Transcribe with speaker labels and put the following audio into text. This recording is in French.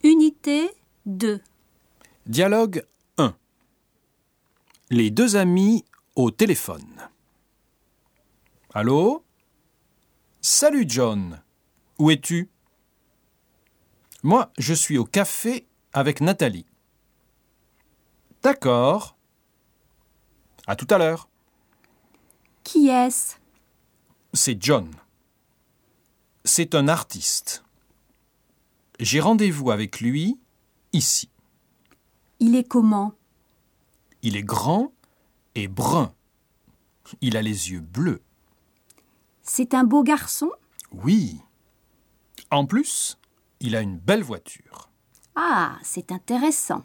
Speaker 1: Côté 2.
Speaker 2: Dialogue 1. Les deux amis au téléphone. Allô Salut John. Où es-tu Moi, je suis au café avec Nathalie. D'accord. À tout à l'heure.
Speaker 1: Qui est-ce
Speaker 2: C'est John. C'est un artiste. J'ai rendez-vous avec lui ici.
Speaker 1: Il est comment
Speaker 2: Il est grand et brun. Il a les yeux bleus.
Speaker 1: C'est un beau garçon
Speaker 2: Oui. En plus, il a une belle voiture.
Speaker 1: Ah, c'est intéressant.